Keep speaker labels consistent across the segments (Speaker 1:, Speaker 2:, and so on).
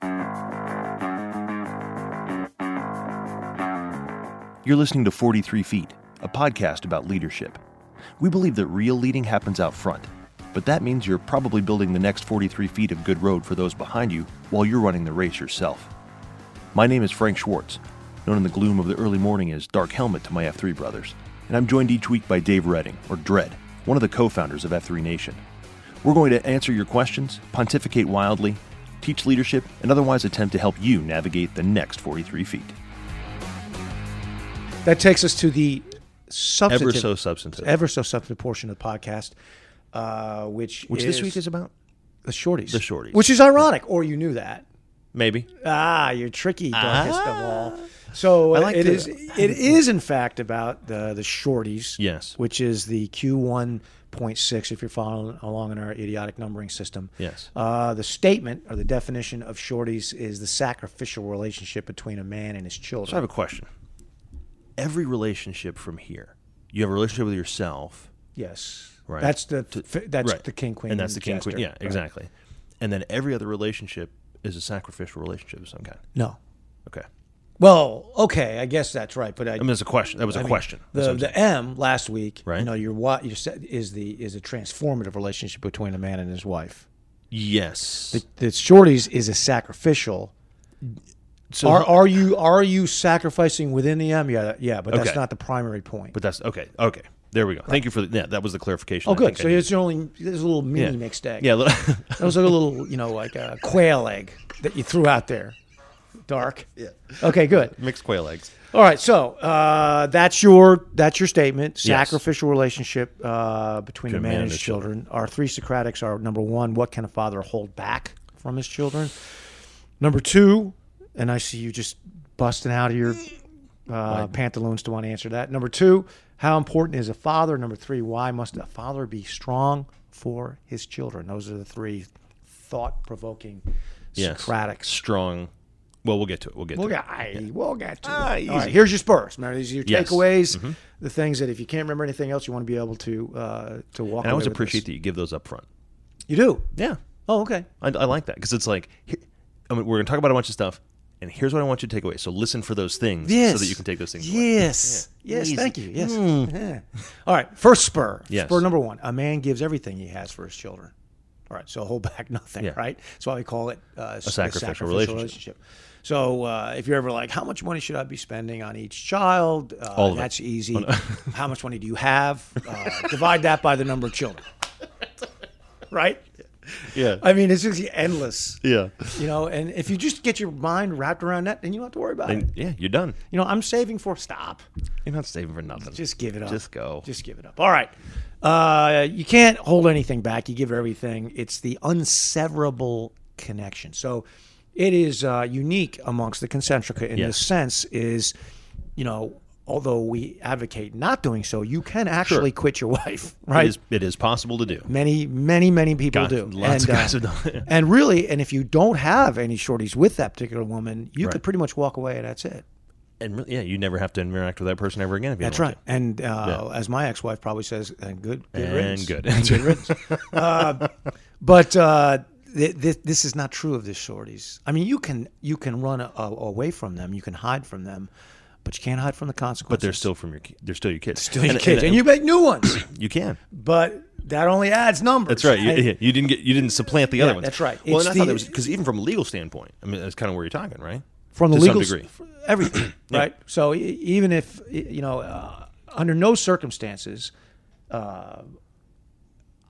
Speaker 1: back. You're listening to 43 Feet, a podcast about leadership. We believe that real leading happens out front, but that means you're probably building the next 43 feet of good road for those behind you while you're running the race yourself. My name is Frank Schwartz, known in the gloom of the early morning as Dark Helmet to my F3 brothers, and I'm joined each week by Dave Redding, or Dread, one of the co founders of F3 Nation. We're going to answer your questions, pontificate wildly, teach leadership, and otherwise attempt to help you navigate the next 43 feet.
Speaker 2: That takes us to the substantive,
Speaker 1: Ever so substantive.
Speaker 2: ever so substantive portion of the podcast, uh, which
Speaker 1: Which
Speaker 2: is
Speaker 1: this week is about?
Speaker 2: the shorties.
Speaker 1: The shorties.
Speaker 2: which is ironic, or you knew that.
Speaker 1: Maybe.
Speaker 2: Ah, you're tricky, darkest of all. So
Speaker 1: Ah. I like
Speaker 2: it
Speaker 1: to-
Speaker 2: is. It is in fact about the the shorties.
Speaker 1: Yes.
Speaker 2: which is the Q1.6 if you're following along in our idiotic numbering system.
Speaker 1: Yes.
Speaker 2: Uh, the statement or the definition of shorties is the sacrificial relationship between a man and his
Speaker 1: So I have
Speaker 2: children.
Speaker 1: a question. Every relationship from here, you have a relationship with yourself.
Speaker 2: yes,
Speaker 1: Right.
Speaker 2: That's the that's
Speaker 1: Right.
Speaker 2: the king queen
Speaker 1: And that's the king
Speaker 2: gesture.
Speaker 1: queen. Yeah,
Speaker 2: Right.
Speaker 1: exactly. And then every other relationship is a sacrificial relationship of some kind.
Speaker 2: No.
Speaker 1: Okay.
Speaker 2: Well, okay, I guess that's right, but I,
Speaker 1: I mean, that's a question. That was a
Speaker 2: I mean,
Speaker 1: question. That's
Speaker 2: The
Speaker 1: what I'm
Speaker 2: the M last week,
Speaker 1: Right.
Speaker 2: you know, your what you said is the is a transformative relationship between a man and his wife.
Speaker 1: saying. yes.
Speaker 2: The, the shorties is a sacrificial.
Speaker 1: so,
Speaker 2: are are you are you sacrificing within the M? Yeah, yeah, but that's
Speaker 1: Okay.
Speaker 2: not the primary point.
Speaker 1: but that's okay. Okay. There we go. Thank you for the, yeah, that was the clarification.
Speaker 2: oh,
Speaker 1: I
Speaker 2: good.
Speaker 1: think I
Speaker 2: So
Speaker 1: needed.
Speaker 2: it's your only there's a little mini
Speaker 1: Yeah.
Speaker 2: mixed egg.
Speaker 1: Yeah.
Speaker 2: that was like a little you know like a quail egg that you threw out there. Dark. Yeah. Okay. Good.
Speaker 1: Mixed quail eggs.
Speaker 2: All right, so uh, that's your that's your statement.
Speaker 1: Yes.
Speaker 2: Sacrificial relationship uh, between a man, and his children. Our three Socratics are number one: what can a father hold back from his children? Number two, and I see you just busting out of your uh, pantaloons to want to answer that. Number two, how important is a father? Number three, why must a father be strong for his children? Those are the three thought-provoking
Speaker 1: Yes.
Speaker 2: Socratics.
Speaker 1: Strong. Well, we'll get to it. We'll get
Speaker 2: We'll
Speaker 1: to
Speaker 2: get, aye, we'll get to it.
Speaker 1: Ah,
Speaker 2: All right,
Speaker 1: easy.
Speaker 2: here's your Spurs. Remember, these are your
Speaker 1: Yes. Mm-hmm.
Speaker 2: takeaways, the things that if you can't remember anything else, you want to be able to uh, to walk.
Speaker 1: it. And I
Speaker 2: away
Speaker 1: always
Speaker 2: with
Speaker 1: appreciate
Speaker 2: this.
Speaker 1: that you give those up front.
Speaker 2: You do.
Speaker 1: Yeah.
Speaker 2: Oh, okay.
Speaker 1: I, I like that because it's like, he- I mean, we're going to talk about a bunch of stuff, and here's what I want you to take away. So listen for those things so that you can take those things away.
Speaker 2: Yes. Yes.
Speaker 1: Easy. Hmm.
Speaker 2: Thank you. Yes. Yeah. All right. First spur.
Speaker 1: Yes.
Speaker 2: Spur number one. A man gives everything he has for his children. All right. So hold back nothing.
Speaker 1: Yeah.
Speaker 2: Right. That's why we call it uh, a
Speaker 1: sacrificial relationship.
Speaker 2: So uh, if you're ever like, how much money should I be spending on each child? Uh,
Speaker 1: All of it. Oh,
Speaker 2: that's easy. how much money do you have? Uh, divide that by the number of children. Right.
Speaker 1: Yeah.
Speaker 2: I mean, it's just endless.
Speaker 1: yeah.
Speaker 2: You know, and if you just get your mind wrapped around that, then you don't have to worry about it.
Speaker 1: And yeah, you're done.
Speaker 2: You know, I'm saving for stop.
Speaker 1: You're not saving for nothing.
Speaker 2: Just give it up.
Speaker 1: Just go.
Speaker 2: Just give it up. All right. Uh, you can't hold anything back. You give everything. It's the unseverable connection. So it is uh, unique amongst the Concentrica in
Speaker 1: Yes.
Speaker 2: this sense is, you know, although we advocate not doing so, you can actually quit your wife, right?
Speaker 1: It is, it is possible to do.
Speaker 2: Many, many, many people
Speaker 1: Guys-
Speaker 2: do.
Speaker 1: lots of
Speaker 2: and, uh,
Speaker 1: guys have done-
Speaker 2: and really, and if you don't have any shorties with that particular woman, you
Speaker 1: Right.
Speaker 2: could pretty much walk away and that's it.
Speaker 1: And really, yeah, you never have to interact with that person ever again. If you
Speaker 2: That's
Speaker 1: don't
Speaker 2: right.
Speaker 1: want
Speaker 2: And uh, as my ex-wife probably says, and good, good
Speaker 1: And
Speaker 2: riddance.
Speaker 1: good.
Speaker 2: And good riddance. Uh, but uh, th- th- this is not true of the shorties. I mean, you can you can run a- a- away from them, you can hide from them, but you can't hide from the
Speaker 1: to. But
Speaker 2: consequences.
Speaker 1: they're still from your. ki- They're still your kids.
Speaker 2: still your kids, and, you make new ones.
Speaker 1: you can.
Speaker 2: but That only adds numbers.
Speaker 1: That's right. You,
Speaker 2: I-
Speaker 1: yeah, you didn't get you didn't supplant the other ones.
Speaker 2: that's right.
Speaker 1: Well,
Speaker 2: It's
Speaker 1: and I thought
Speaker 2: the-
Speaker 1: that was because even from a legal standpoint, I mean, that's kind of where you're talking, right?
Speaker 2: from the
Speaker 1: to
Speaker 2: legal
Speaker 1: some degree.
Speaker 2: s- everything, right? So e- even if e- you know, uh, under no circumstances, uh,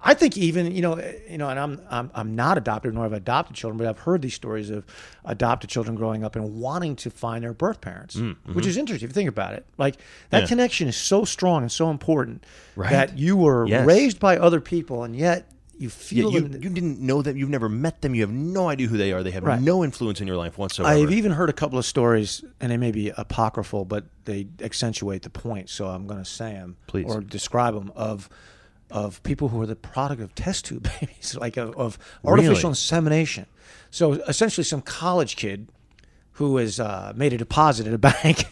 Speaker 2: I think even you know, eh, you know, and I'm I'm I'm not adopted nor have I adopted children, but I've heard these stories of adopted children growing up and wanting to find their birth parents, which is interesting. If you think about it, like that
Speaker 1: Mm, mm-hmm. Yeah.
Speaker 2: connection is so strong and so important
Speaker 1: Right.
Speaker 2: that you were
Speaker 1: Yes.
Speaker 2: raised by other people and yet you
Speaker 1: Yeah,
Speaker 2: feel
Speaker 1: you,
Speaker 2: in-
Speaker 1: you didn't know them. You've never met them. You have no idea who they are. They have
Speaker 2: Right.
Speaker 1: no influence in your life whatsoever.
Speaker 2: I've even heard a couple of stories, and they may be apocryphal, but they accentuate the point. So I'm going to say them,
Speaker 1: Please.
Speaker 2: or describe them of of people who are the product of test tube babies, like of, of artificial
Speaker 1: Really?
Speaker 2: insemination. So essentially, some college kid who has uh, made a deposit at a bank,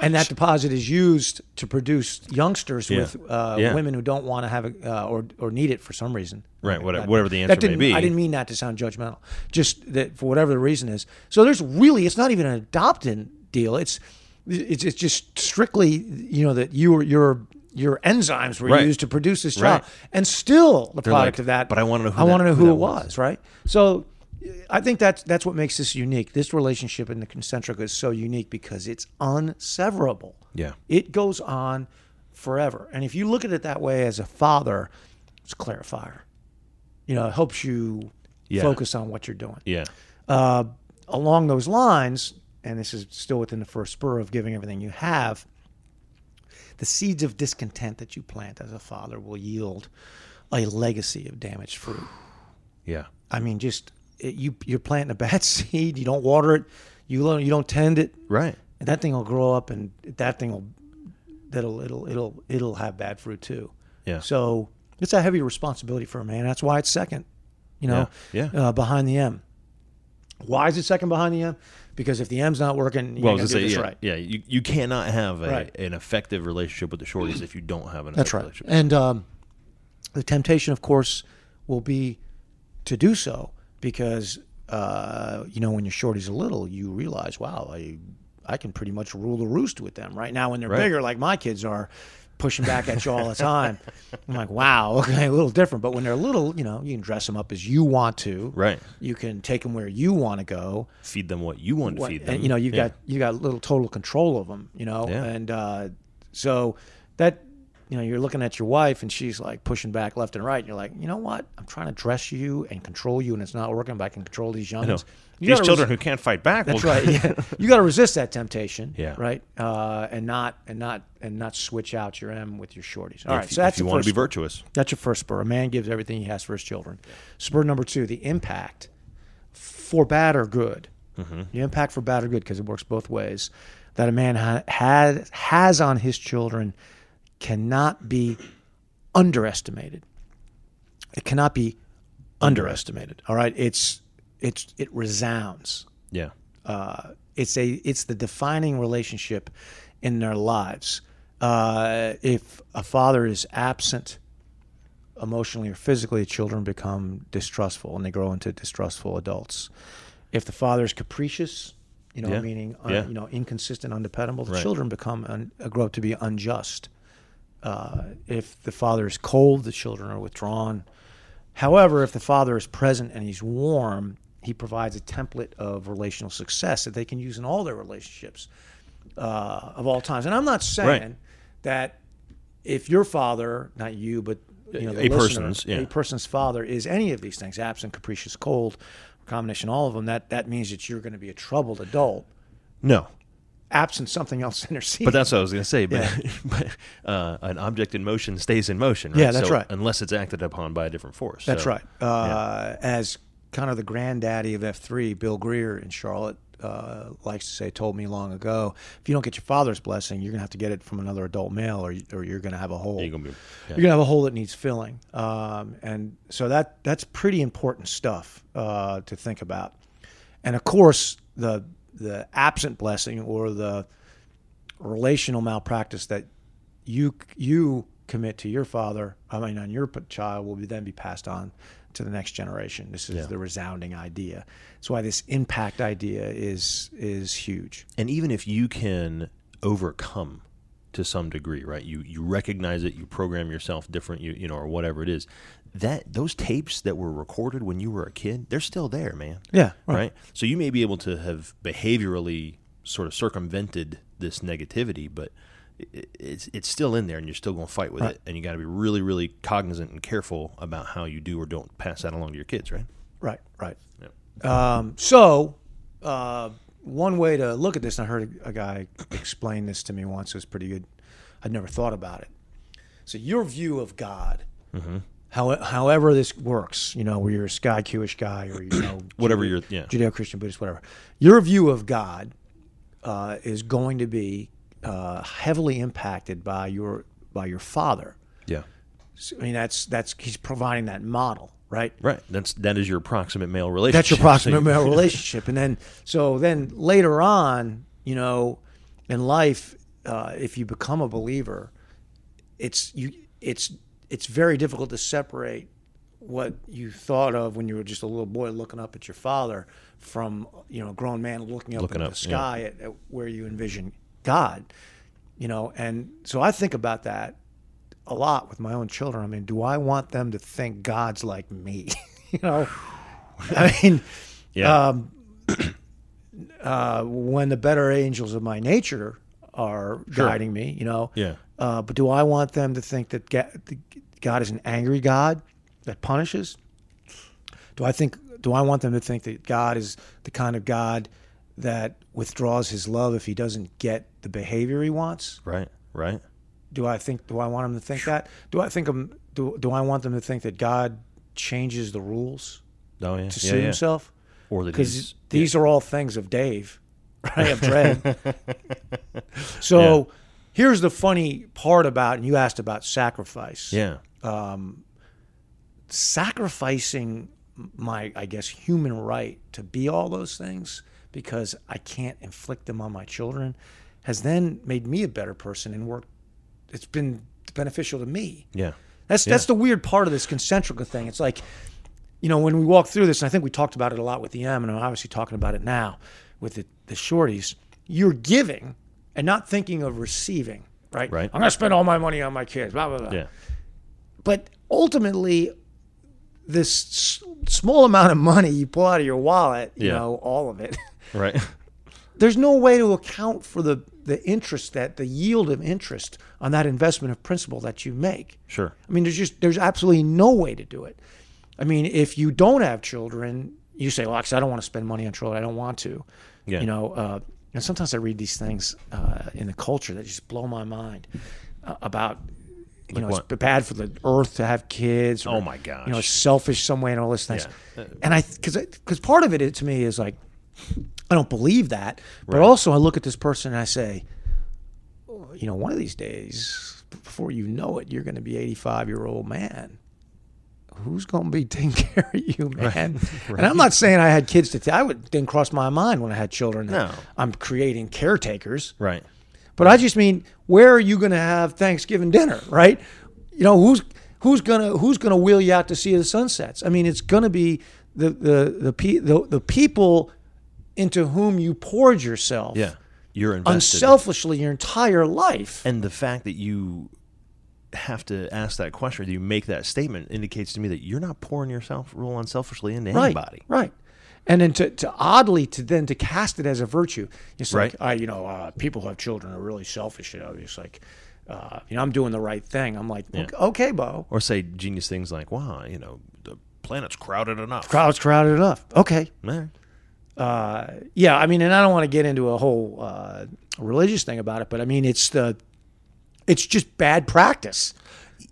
Speaker 2: and that deposit is used to produce youngsters
Speaker 1: Yeah.
Speaker 2: with uh,
Speaker 1: Yeah.
Speaker 2: women who don't want to have a, uh, or or need it for some reason.
Speaker 1: Right, whatever-
Speaker 2: That-
Speaker 1: whatever the
Speaker 2: that
Speaker 1: answer may
Speaker 2: didn't-
Speaker 1: be.
Speaker 2: I didn't mean that to sound judgmental. Just that for whatever the reason is. So there's really it's not even an adopting deal. It's it's, it's just strictly you know that your your your enzymes were
Speaker 1: Right.
Speaker 2: used to produce this
Speaker 1: Right.
Speaker 2: child, and still the product
Speaker 1: like,
Speaker 2: of that.
Speaker 1: "But I wanna know who
Speaker 2: I want to
Speaker 1: that-
Speaker 2: know
Speaker 1: who
Speaker 2: who
Speaker 1: that
Speaker 2: it
Speaker 1: was."
Speaker 2: was, right? So. I think that's that's what makes this unique. This relationship in the concentric is so unique because it's unseverable.
Speaker 1: Yeah.
Speaker 2: It goes on forever. And if you look at it that way as a father, it's a clarifier. You know, it helps you
Speaker 1: Yeah.
Speaker 2: focus on what you're doing.
Speaker 1: yeah,
Speaker 2: Uh, along those lines, and this is still within the first spur of giving everything you have, the seeds of discontent that you plant as a father will yield a legacy of damaged fruit.
Speaker 1: yeah,
Speaker 2: I mean, just it, you you're planting a bad seed. You don't water it. You don't- you don't tend it.
Speaker 1: right.
Speaker 2: And that thing will grow up, and that thing will that'll it'll it'll it'll have bad fruit too.
Speaker 1: Yeah.
Speaker 2: So it's a heavy responsibility for a man. That's why it's second. You know.
Speaker 1: Yeah, yeah.
Speaker 2: Uh, behind the M. Why is it second behind the M? Because if the M's not working, you
Speaker 1: Well, I
Speaker 2: ain't
Speaker 1: was
Speaker 2: gonna do
Speaker 1: gonna say,
Speaker 2: this
Speaker 1: yeah,
Speaker 2: right.
Speaker 1: yeah. You, you cannot have a,
Speaker 2: Right.
Speaker 1: an effective relationship with the shorties if you don't have an
Speaker 2: That's
Speaker 1: effective
Speaker 2: right.
Speaker 1: relationship.
Speaker 2: And um, the temptation, of course, will be to do so because uh, you know when your shorty's a little, you realize, wow, I I can pretty much rule the roost with them right now. When they're
Speaker 1: Right.
Speaker 2: bigger, like my kids are, pushing back at you all the time. I'm like, wow, okay, a little different. But when they're little, you know, you can dress them up as you want to.
Speaker 1: Right.
Speaker 2: You can take them where you want to go
Speaker 1: Feed them what you want to
Speaker 2: what-
Speaker 1: feed them.
Speaker 2: and, you know, you've
Speaker 1: Yeah.
Speaker 2: got you got little total control of them. You know,
Speaker 1: Yeah.
Speaker 2: and uh, so that you know, you're looking at your wife and she's like pushing back left and right. And you're like, you know what? I'm trying to dress you and control you, and it's not working. But I can control these
Speaker 1: I know.
Speaker 2: youngins. You
Speaker 1: These
Speaker 2: gotta
Speaker 1: children
Speaker 2: res-
Speaker 1: who can't fight back.
Speaker 2: that's
Speaker 1: will,
Speaker 2: right. Yeah. You got to resist that temptation.
Speaker 1: Yeah.
Speaker 2: Right. Uh, and not and not and not switch out your M with your shorties. All
Speaker 1: All
Speaker 2: right.
Speaker 1: right, if,
Speaker 2: so that's
Speaker 1: if you
Speaker 2: the
Speaker 1: want
Speaker 2: first
Speaker 1: to be virtuous,
Speaker 2: that's your first spur. A man gives everything he has for his children. Spur number two, the impact, for bad or good. The impact for bad or good, because it works both ways, that a man ha- had, has on his children cannot be underestimated. It cannot be underestimated. All right, it's it's it resounds
Speaker 1: yeah,
Speaker 2: uh, it's a it's the defining relationship in their lives. Uh, if a father is absent emotionally or physically, children become distrustful and they grow into distrustful adults. If the father is capricious, you know,
Speaker 1: Yeah.
Speaker 2: meaning uh,
Speaker 1: Yeah.
Speaker 2: you know inconsistent, undependable, the
Speaker 1: Right.
Speaker 2: children become un, uh, grow up to be unjust. Uh, if the father is cold, the children are withdrawn. However, if the father is present and he's warm, he provides a template of relational success that they can use in all their relationships uh, of all times. And I'm not saying
Speaker 1: Right.
Speaker 2: that if your father, not you, but you know, the
Speaker 1: A
Speaker 2: listener,
Speaker 1: person's, yeah.
Speaker 2: a person's father is any of these things, absent, capricious, cold, combination, all of them, that, that means that you're going to be a troubled adult,
Speaker 1: no.
Speaker 2: absent something else intercedes.
Speaker 1: But that's what I was going to say. But, but uh, an object in motion stays in motion. Right?
Speaker 2: Yeah, that's
Speaker 1: So
Speaker 2: right.
Speaker 1: Unless it's acted upon by a different force.
Speaker 2: That's
Speaker 1: So-
Speaker 2: right. Uh, As kind of the granddaddy of F3, Bill Greer in Charlotte uh, likes to say, told me long ago, if you don't get your father's blessing, you're going to have to get it from another adult male or, or you're going to have a hole.
Speaker 1: You're gonna be- yeah.
Speaker 2: You're going to have a hole that needs filling. Um, and so that that's pretty important stuff uh, to think about. And of course, the the absent blessing or the relational malpractice that you you commit to your father, I mean, on your p- child, will be then be passed on to the next generation. This is the resounding idea. That's why this impact idea is is huge.
Speaker 1: And even if you can overcome
Speaker 3: to some degree, right? You you recognize it, you program yourself different, you you know, or whatever it is. That those tapes that were recorded when you were a kid, they're still there, man.
Speaker 2: Yeah,
Speaker 3: Right. So you may be able to have behaviorally sort of circumvented this negativity, but i- it's it's still in there, and you're still going to fight with it, and you got to be really, really cognizant and careful about how you do or don't pass that along to your kids, right?
Speaker 2: Right, right. Um, so, uh, one way to look at this, and I heard a, a guy explain this to me once, it was pretty good. I'd never thought about it. So, your view of God,
Speaker 3: Mm-hmm.
Speaker 2: how, however this works, you know, where you're a Sky Q-ish guy or, you know,
Speaker 3: Whatever you're, yeah,
Speaker 2: Judeo Christian, Buddhist, whatever, your view of God uh, is going to be uh, heavily impacted by your by your father.
Speaker 3: yeah,
Speaker 2: So, I mean, that's that's he's providing that model, right?
Speaker 3: right. That's that is your approximate male relationship.
Speaker 2: that's your
Speaker 3: So
Speaker 2: proximate
Speaker 3: you-
Speaker 2: male relationship and then so then later on you know in life uh, if you become a believer it's you it's it's very difficult to separate what you thought of when you were just a little boy looking up at your father from you know a grown man looking up
Speaker 3: Looking
Speaker 2: at
Speaker 3: up,
Speaker 2: the
Speaker 3: yeah.
Speaker 2: sky at, at where you envision god you know and so i think about that a lot with my own children i mean do i want them to think god's like me you know i mean
Speaker 3: Yeah,
Speaker 2: um, when the better angels of my nature are guiding me, you know.
Speaker 3: Yeah.
Speaker 2: Uh, but do I want them to think that Ga- that God is an angry God that punishes? Do I think? Do I want them to think that God is the kind of God that withdraws His love if He doesn't get the behavior He wants?
Speaker 3: right, right.
Speaker 2: Do I think? Do I want them to think that? Do I think? I'm, do Do I want them to think that God changes the rules
Speaker 3: Oh yeah,
Speaker 2: to
Speaker 3: yeah,
Speaker 2: suit
Speaker 3: yeah.
Speaker 2: Himself?
Speaker 3: Or that he's-
Speaker 2: because these are all things of Dave, right? Of Dread. so here's the funny part about, and you asked about sacrifice.
Speaker 3: yeah,
Speaker 2: Sacrificing my, I guess, human right to be all those things because I can't inflict them on my children has then made me a better person and worked. It's been beneficial to me.
Speaker 3: yeah,
Speaker 2: That's that's the weird part of this concentric thing. It's like, you know, when we walk through this, and I think we talked about it a lot with the M, and I'm obviously talking about it now with the, the shorties. You're giving and not thinking of receiving, right?
Speaker 3: Right.
Speaker 2: I'm gonna spend all my money on my kids, blah blah blah.
Speaker 3: yeah.
Speaker 2: But ultimately, this s- small amount of money you pull out of your wallet, you
Speaker 3: Yeah.
Speaker 2: know, all of it.
Speaker 3: Right.
Speaker 2: There's no way to account for the the interest that the yield of interest on that investment of principal that you make.
Speaker 3: Sure.
Speaker 2: I mean, there's just there's absolutely no way to do it. I mean, if you don't have children, you say, "Well, actually, I don't want to spend money on children. I don't want to."
Speaker 3: Yeah.
Speaker 2: You know, uh, and sometimes I read these things uh, in the culture that just blow my mind uh, about. You know, it's
Speaker 3: what?
Speaker 2: bad for the earth to have kids. or,
Speaker 3: Oh, my
Speaker 2: You know,
Speaker 3: gosh.
Speaker 2: it's selfish some way and all these things.
Speaker 3: Yeah.
Speaker 2: And I, because because part of it is- to me is like, I don't believe that, but also I look at this person and I say, you know, one of these days, before you know it, you're going to be 85 year old man. Who's going to be taking care of you, man? And I'm not saying I had kids to take. I would didn't cross my mind when I had children. that
Speaker 3: No.
Speaker 2: I'm creating caretakers,
Speaker 3: Right.
Speaker 2: but I just mean where are you going to have Thanksgiving dinner, right? You know who's who's gonna who's gonna wheel you out to see the sunsets. I mean, it's gonna be the the the pe- the, the people into whom you poured yourself
Speaker 3: Yeah. You're invested.
Speaker 2: unselfishly your entire life.
Speaker 3: And the fact that you have to ask that question, that you make that statement, indicates to me that you're not pouring yourself real unselfishly into anybody.
Speaker 2: Right. And then to, to oddly to then to cast it as a virtue. It's like I
Speaker 3: Right.
Speaker 2: you know uh, people who have children are really selfish. You know, it's like uh, you know I'm doing the right thing. I'm like okay, Bo.
Speaker 3: Or say genius things like, wow, you know, the planet's crowded enough.
Speaker 2: Crowd's crowded enough. Okay.
Speaker 3: Man.
Speaker 2: Yeah. I mean, and I don't want to get into a whole uh, religious thing about it, but I mean it's the it's just bad practice.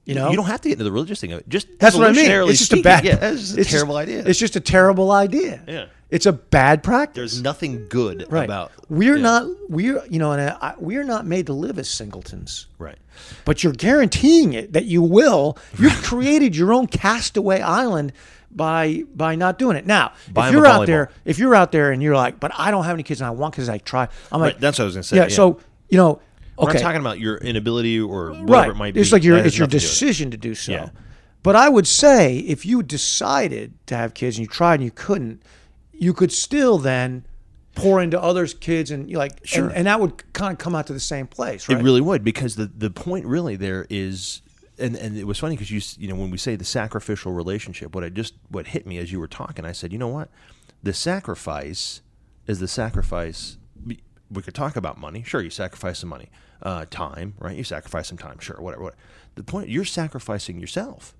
Speaker 2: You know.
Speaker 3: You don't have to get into the religious thing of it. Just
Speaker 2: That's what I mean.
Speaker 3: evolutionarily
Speaker 2: It's just a
Speaker 3: speaking,
Speaker 2: bad.
Speaker 3: Yeah, that's just a
Speaker 2: it's
Speaker 3: terrible
Speaker 2: just-
Speaker 3: idea.
Speaker 2: It's just a terrible idea.
Speaker 3: Yeah.
Speaker 2: It's a bad practice.
Speaker 3: There's nothing good
Speaker 2: right.
Speaker 3: about.
Speaker 2: we're
Speaker 3: yeah,
Speaker 2: not we're you know and I, I- we're not made to live as singletons
Speaker 3: Right.
Speaker 2: but you're guaranteeing it that you will you've created your own castaway island by by not doing it now
Speaker 3: Buy
Speaker 2: if
Speaker 3: 'em a
Speaker 2: you're out
Speaker 3: volleyball.
Speaker 2: there if you're out there and you're like but i don't have any kids and i want kids i try i'm like
Speaker 3: Right, that's what I was gonna say,
Speaker 2: yeah,
Speaker 3: yeah.
Speaker 2: so you know
Speaker 3: We're
Speaker 2: okay
Speaker 3: not talking about your inability or whatever
Speaker 2: right
Speaker 3: it might be.
Speaker 2: it's like your
Speaker 3: That has
Speaker 2: it's your
Speaker 3: nothing to do with it.
Speaker 2: decision to do so
Speaker 3: Yeah.
Speaker 2: but i would say if you decided to have kids and you tried and you couldn't you could still then pour into others' kids and you like sure. and, and that would kind of come out to the same place, right?
Speaker 3: It really would because the the point really there is and and it was funny because you s- you know when we say the sacrificial relationship, what I just what hit me as you were talking, I said, you know what, the sacrifice is the sacrifice. We we could talk about money. Sure, you sacrifice some money, uh, time, right? You sacrifice some time. Sure, whatever. whatever. The point you're sacrificing yourself,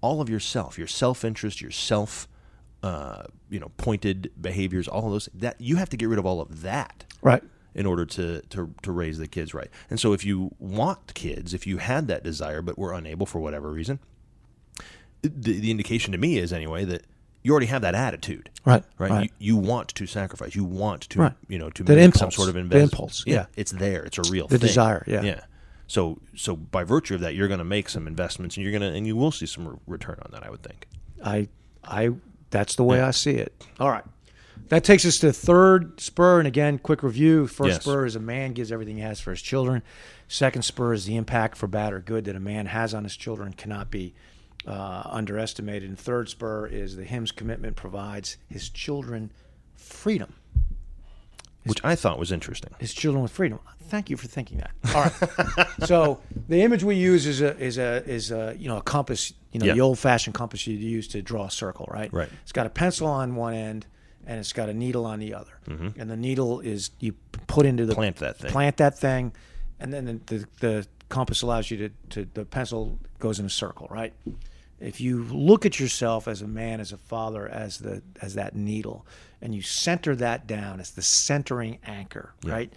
Speaker 3: all of yourself, your self interest, your self, uh, you know, pointed behaviors, all of those. That you have to get rid of all of that
Speaker 2: Right.
Speaker 3: in order to, to to raise the kids right. And so if you want kids, if you had that desire but were unable for whatever reason, the, the indication to me is anyway that you already have that attitude.
Speaker 2: Right,
Speaker 3: Right.
Speaker 2: right.
Speaker 3: You, you want to sacrifice. You want to
Speaker 2: Right.
Speaker 3: you know to
Speaker 2: That
Speaker 3: make
Speaker 2: impulse,
Speaker 3: some sort of
Speaker 2: the
Speaker 3: investment.
Speaker 2: impulse,
Speaker 3: Yeah.
Speaker 2: yeah.
Speaker 3: It's there. It's a real
Speaker 2: The
Speaker 3: thing.
Speaker 2: desire, yeah.
Speaker 3: Yeah. So so by virtue of that you're going to make some investments and you're going to and you will see some re- return on that I would think.
Speaker 2: I I that's the way I see it. All right. That takes us to third spur, and again, quick review. First
Speaker 3: Yes.
Speaker 2: spur is a man gives everything he has for his children. Second spur is the impact for bad or good that a man has on his children cannot be uh, underestimated. And third spur is the hymn's commitment provides his children freedom.
Speaker 3: Which I thought was interesting.
Speaker 2: His children with freedom. Thank you for thinking that. All right. so the image we use is a is a is a you know a compass. You know
Speaker 3: Yeah.
Speaker 2: the old fashioned compass you'd use to draw a circle, right?
Speaker 3: Right.
Speaker 2: It's got a pencil on one end, and it's got a needle on the other. And the needle is you p- put into the
Speaker 3: Mm-hmm. Plant that thing.
Speaker 2: Plant that thing, and then the the, the compass allows you to, to the pencil goes in a circle, right? If you look at yourself as a man, as a father, as the as that needle, and you center that down, it's the centering anchor, right?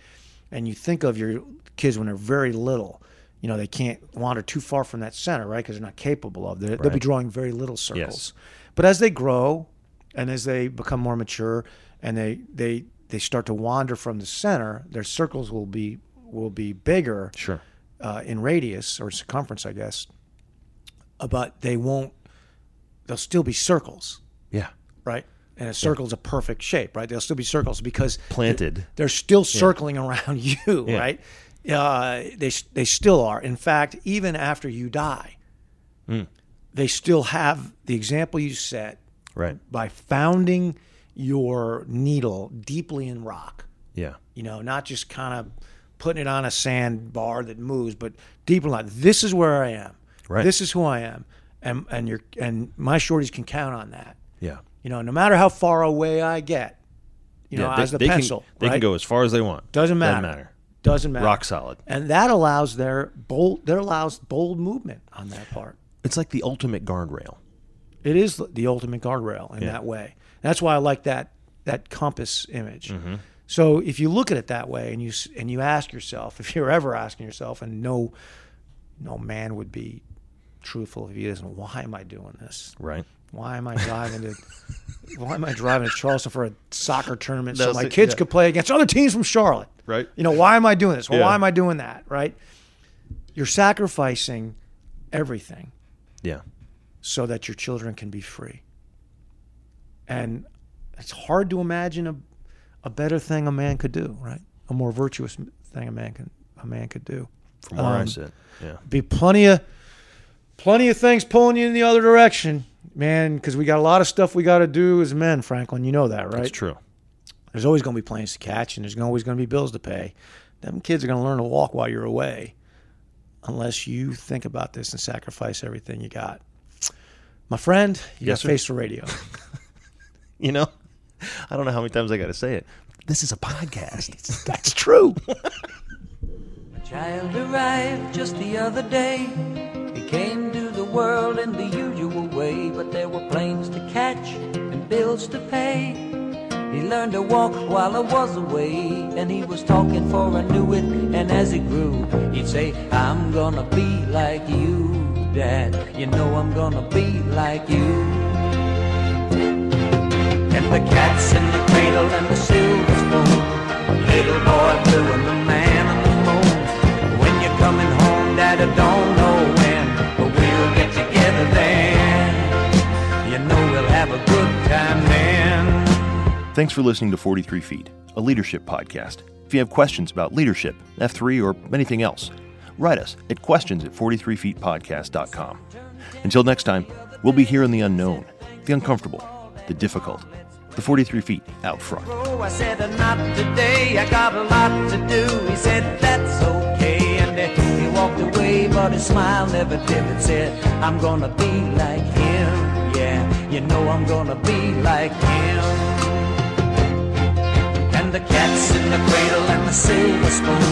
Speaker 2: And you think of your kids when they're very little, you know, they can't wander too far from that center, right? Because they're not capable of. They're, They'll be drawing very little circles. But as they grow, and as they become more mature, and they they they start to wander from the center, their circles will be will be bigger,
Speaker 3: Sure.
Speaker 2: uh, in radius or circumference, I guess. Uh, But they won't. They'll still be circles,
Speaker 3: Yeah.
Speaker 2: right? And a circle's a perfect shape, right? They'll still be circles because
Speaker 3: Planted.
Speaker 2: they're still circling around you, right? Uh, they they still are. In fact, even after you die,
Speaker 3: Hmm.
Speaker 2: they still have the example you set
Speaker 3: Right.
Speaker 2: by founding your needle deeply in rock.
Speaker 3: Yeah.
Speaker 2: You know, not just kind of putting it on a sandbar that moves, but deep in rock. This is where I am.
Speaker 3: Right.
Speaker 2: This is who I am, and and your and my shorties can count on that.
Speaker 3: Yeah.
Speaker 2: You know, no matter how far away I get, you know,
Speaker 3: yeah,
Speaker 2: as the
Speaker 3: can-
Speaker 2: pencil,
Speaker 3: they
Speaker 2: right?
Speaker 3: can go as far as they want.
Speaker 2: Doesn't matter.
Speaker 3: Doesn't matter.
Speaker 2: Doesn't matter.
Speaker 3: Rock solid.
Speaker 2: And that allows their bold. That allows bold movement on that part.
Speaker 3: It's like the ultimate guardrail.
Speaker 2: It is the- the ultimate guardrail in that way. That's why I like that that compass image.
Speaker 3: Mm-hmm.
Speaker 2: So if you look at it that way, and you s- and you ask yourself, if you're ever asking yourself, and no, no man would be truthful if he isn't. Why am I doing this?
Speaker 3: Right.
Speaker 2: Why am I driving to? why am I driving to Charleston for a soccer tournament so
Speaker 3: That's
Speaker 2: my
Speaker 3: it,
Speaker 2: kids
Speaker 3: yeah.
Speaker 2: could play against other teams from Charlotte?
Speaker 3: Right.
Speaker 2: You know why am I doing this? Well,
Speaker 3: Yeah.
Speaker 2: Why am I doing that? Right. You're sacrificing everything
Speaker 3: Yeah.
Speaker 2: so that your children can be free. And it's hard to imagine a, a better thing a man could do, right? A more virtuous m- thing a man can a man could do.
Speaker 3: From where I
Speaker 2: Um,
Speaker 3: sit. Yeah.
Speaker 2: Be plenty of plenty of things pulling you in the other direction, man. Because we got a lot of stuff we got to do as men, Franklin. You know that, right?
Speaker 3: It's true.
Speaker 2: There's always going to be planes to catch, and there's always going to be bills to pay. Them kids are going to learn to walk while you're away, unless you think about this and sacrifice everything you got. My friend, you
Speaker 3: Yes,
Speaker 2: got
Speaker 3: sir.
Speaker 2: face for radio.
Speaker 3: You know, I don't know how many times I got to say it. This is a podcast.
Speaker 2: That's true.
Speaker 4: Child arrived just the other day. He came to the world in the usual way, but there were planes to catch and bills to pay. He learned to walk while I was away, and he was talking for I knew it. And as he grew, he'd say, I'm gonna be like you, Dad. You know I'm gonna be like you. And the cat's in the cradle and the silver spoon. Little boy blue and the man on the moon. When you're coming home, Dad, I don't know when, but we'll get together then. You know we'll have a good time then.
Speaker 1: Thanks for listening to 43 Feet, a leadership podcast. If you have questions about leadership, F3, or anything else, write us at questions at 43feetpodcast.com. Until next time, we'll be here in the unknown, the uncomfortable, the difficult, The 43 feet out front.
Speaker 4: Oh, I said, not today, I got a lot to do. He said, that's okay. And uh, he walked away, but his smile never dimmed. Said, I'm gonna be like him. Yeah, you know I'm gonna be like him. And the cat's in the cradle and the silver spoon